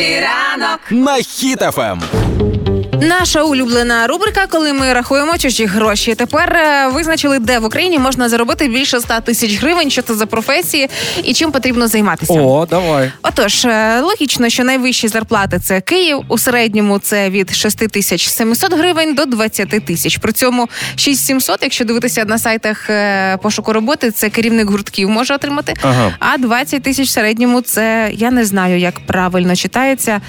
Епіранок. на хітафем. Наша улюблена рубрика, коли ми рахуємо чужі гроші. Тепер е, визначили, де в Україні можна заробити більше 100 тисяч гривень, що це за професії і чим потрібно займатися. О, давай. Отож, е, логічно, що найвищі зарплати це Київ. У середньому це від 6700 гривень до 20 тисяч. При цьому 6700, якщо дивитися на сайтах е, пошуку роботи, це керівник гуртків може отримати. Ага. А 20 тисяч в середньому це я не знаю, як правильно читається.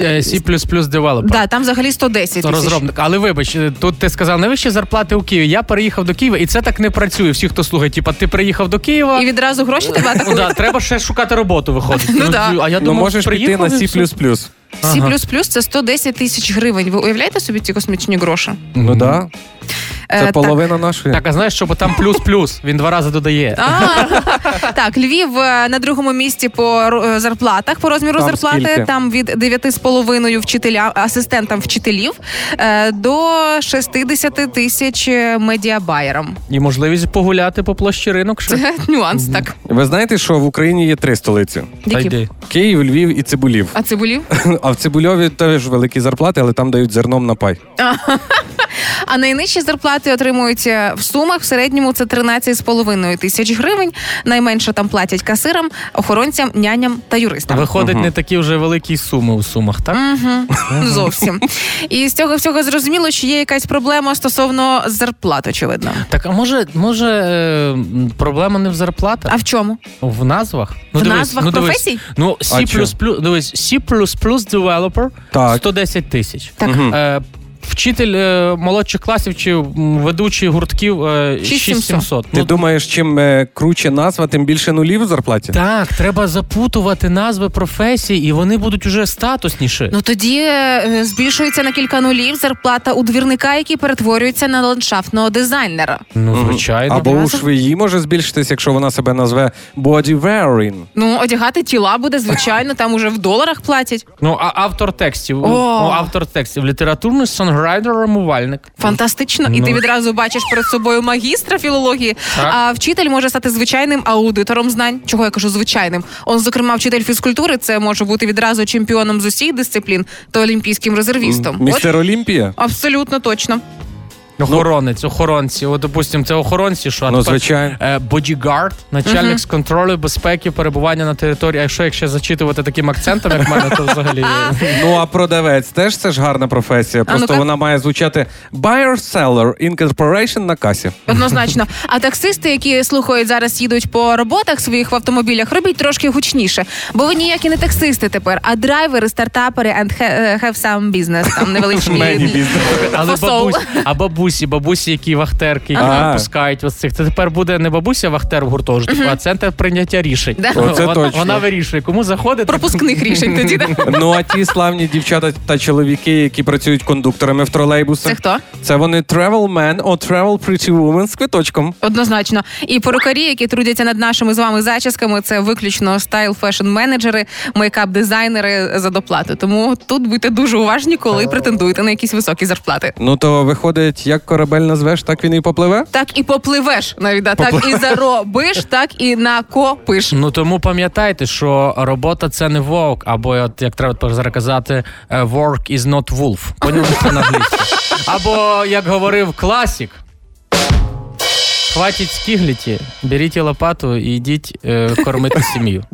Е, C++ девелопер. Да, там взагалі 110 тисяч. Розробник, але вибач, е, тут ти сказав найвищі зарплати у Києві. Я переїхав до Києва, і це так не працює. Всі, хто слухає, типа ти приїхав до Києва. І відразу гроші тебе Ну, атакують. да, треба ще шукати роботу, виходить. Ну да. А я ну думав, можеш піти приїхав на і все. C++. C++ – це 110 тисяч гривень. Ви уявляєте собі ці космічні гроші? Ну да, Е, це так. половина нашої. Так, а знаєш, що бо там плюс-плюс. Він два рази додає. А, так, Львів е, на другому місці по е, зарплатах, по розміру Там зарплати. скільки? Там від 9,5 вчителя, асистентам вчителів е, до 60 тисяч е, медіабайерам. І можливість погуляти по площі ринок. Ще. Це нюанс, так. Ви знаєте, що в Україні є три столиці: Та Які? йди. Київ, Львів і Цибулів. А цибулів? А в Цибульові теж великі зарплати, але там дають зерном на пай. А найнижчі зарплати отримують е, в сумах в середньому це 13,5 тисяч гривень. Найменше там платять касирам, охоронцям, няням та юристам. Виходить, не такі вже великі суми у сумах, так? Угу. Зовсім. І з цього всього зрозуміло, що є якась проблема стосовно зарплат, очевидно. Так, а може, може, е, м, проблема не в зарплатах? А в чому? В назвах? В назвах професій? Ну, А C++, дивись, C++ developer Так. 110 тисяч. Так. Е, вчитель е, молодших класів чи м, ведучий гуртків е, 6700. 6700. Ти Ну, думаєш, чим е, круче назва, тим більше нулів в зарплаті? так, треба запутувати назви професій, і вони будуть уже статусніші. Ну тоді е, збільшується на кілька нулів зарплата у двірника, який перетворюється на ландшафтного дизайнера. Ну, Мгм. звичайно. Або у швеї може збільшитись, якщо вона себе назве body wearing. Ну, одягати тіла буде, звичайно, там уже в доларах платять. Ну, а автор текстів. О! Ну, автор текстів. Літературний сонграйдер ремувальник Фантастично, і ти Ну. відразу бачиш перед собою магістра філології. Так. А вчитель може стати звичайним аудитором знань. Чого я кажу звичайним? Он, зокрема, вчитель фізкультури, це може бути відразу чемпіоном з усіх дисциплін та олімпійським резервістом. От Містер Олімпія? Абсолютно точно. Ну, Охоронець, охоронці. От, допустим, це охоронці, що а Ну, тепер, звичайно. е, бодігард, начальник з контролю безпеки перебування на території. А якщо якщо зачитувати таким акцентом, як в мене, то взагалі е, Ну а продавець теж це ж гарна професія. Просто ну-ка. вона має звучати buyer-seller incorporation на касі. Однозначно. А таксисти, які слухають зараз, їдуть по роботах своїх в автомобілях, робіть трошки гучніше. Бо ви ніякі не таксисти тепер, а драйвери, стартапери and he- е, have some business. Там Мені невеличкі. бізнес. але Фасол. бабусь, а бабусі, бабусі, які вахтерки, які Ага. там пускають ось цих. Це тепер буде не бабуся вахтер в гуртожитку, а центр прийняття рішень. Да. Оце вона, точно. вона вирішує, кому заходити. Пропускних рішень тоді. да? Ну а ті славні дівчата та чоловіки, які працюють кондукторами в тролейбусах. Це хто? Це вони travel man о travel pretty woman з квиточком. Однозначно. І порукарі, які трудяться над нашими з вами зачісками, це виключно стайл фешн менеджери, мейкап дизайнери за доплату. Тому тут будьте дуже уважні, коли претендуєте на якісь високі зарплати. Ну то виходить, як корабель назвеш, так він і попливе. Так і попливеш навіть, да, так і заробиш, так і накопиш. Ну тому пам'ятайте, що робота це не вовк, або от як треба тепер зараз казати, е, work is not wolf. Поняли це на англійській? Або як говорив класік. Хватить скігліті, беріть лопату і йдіть е, кормити сім'ю.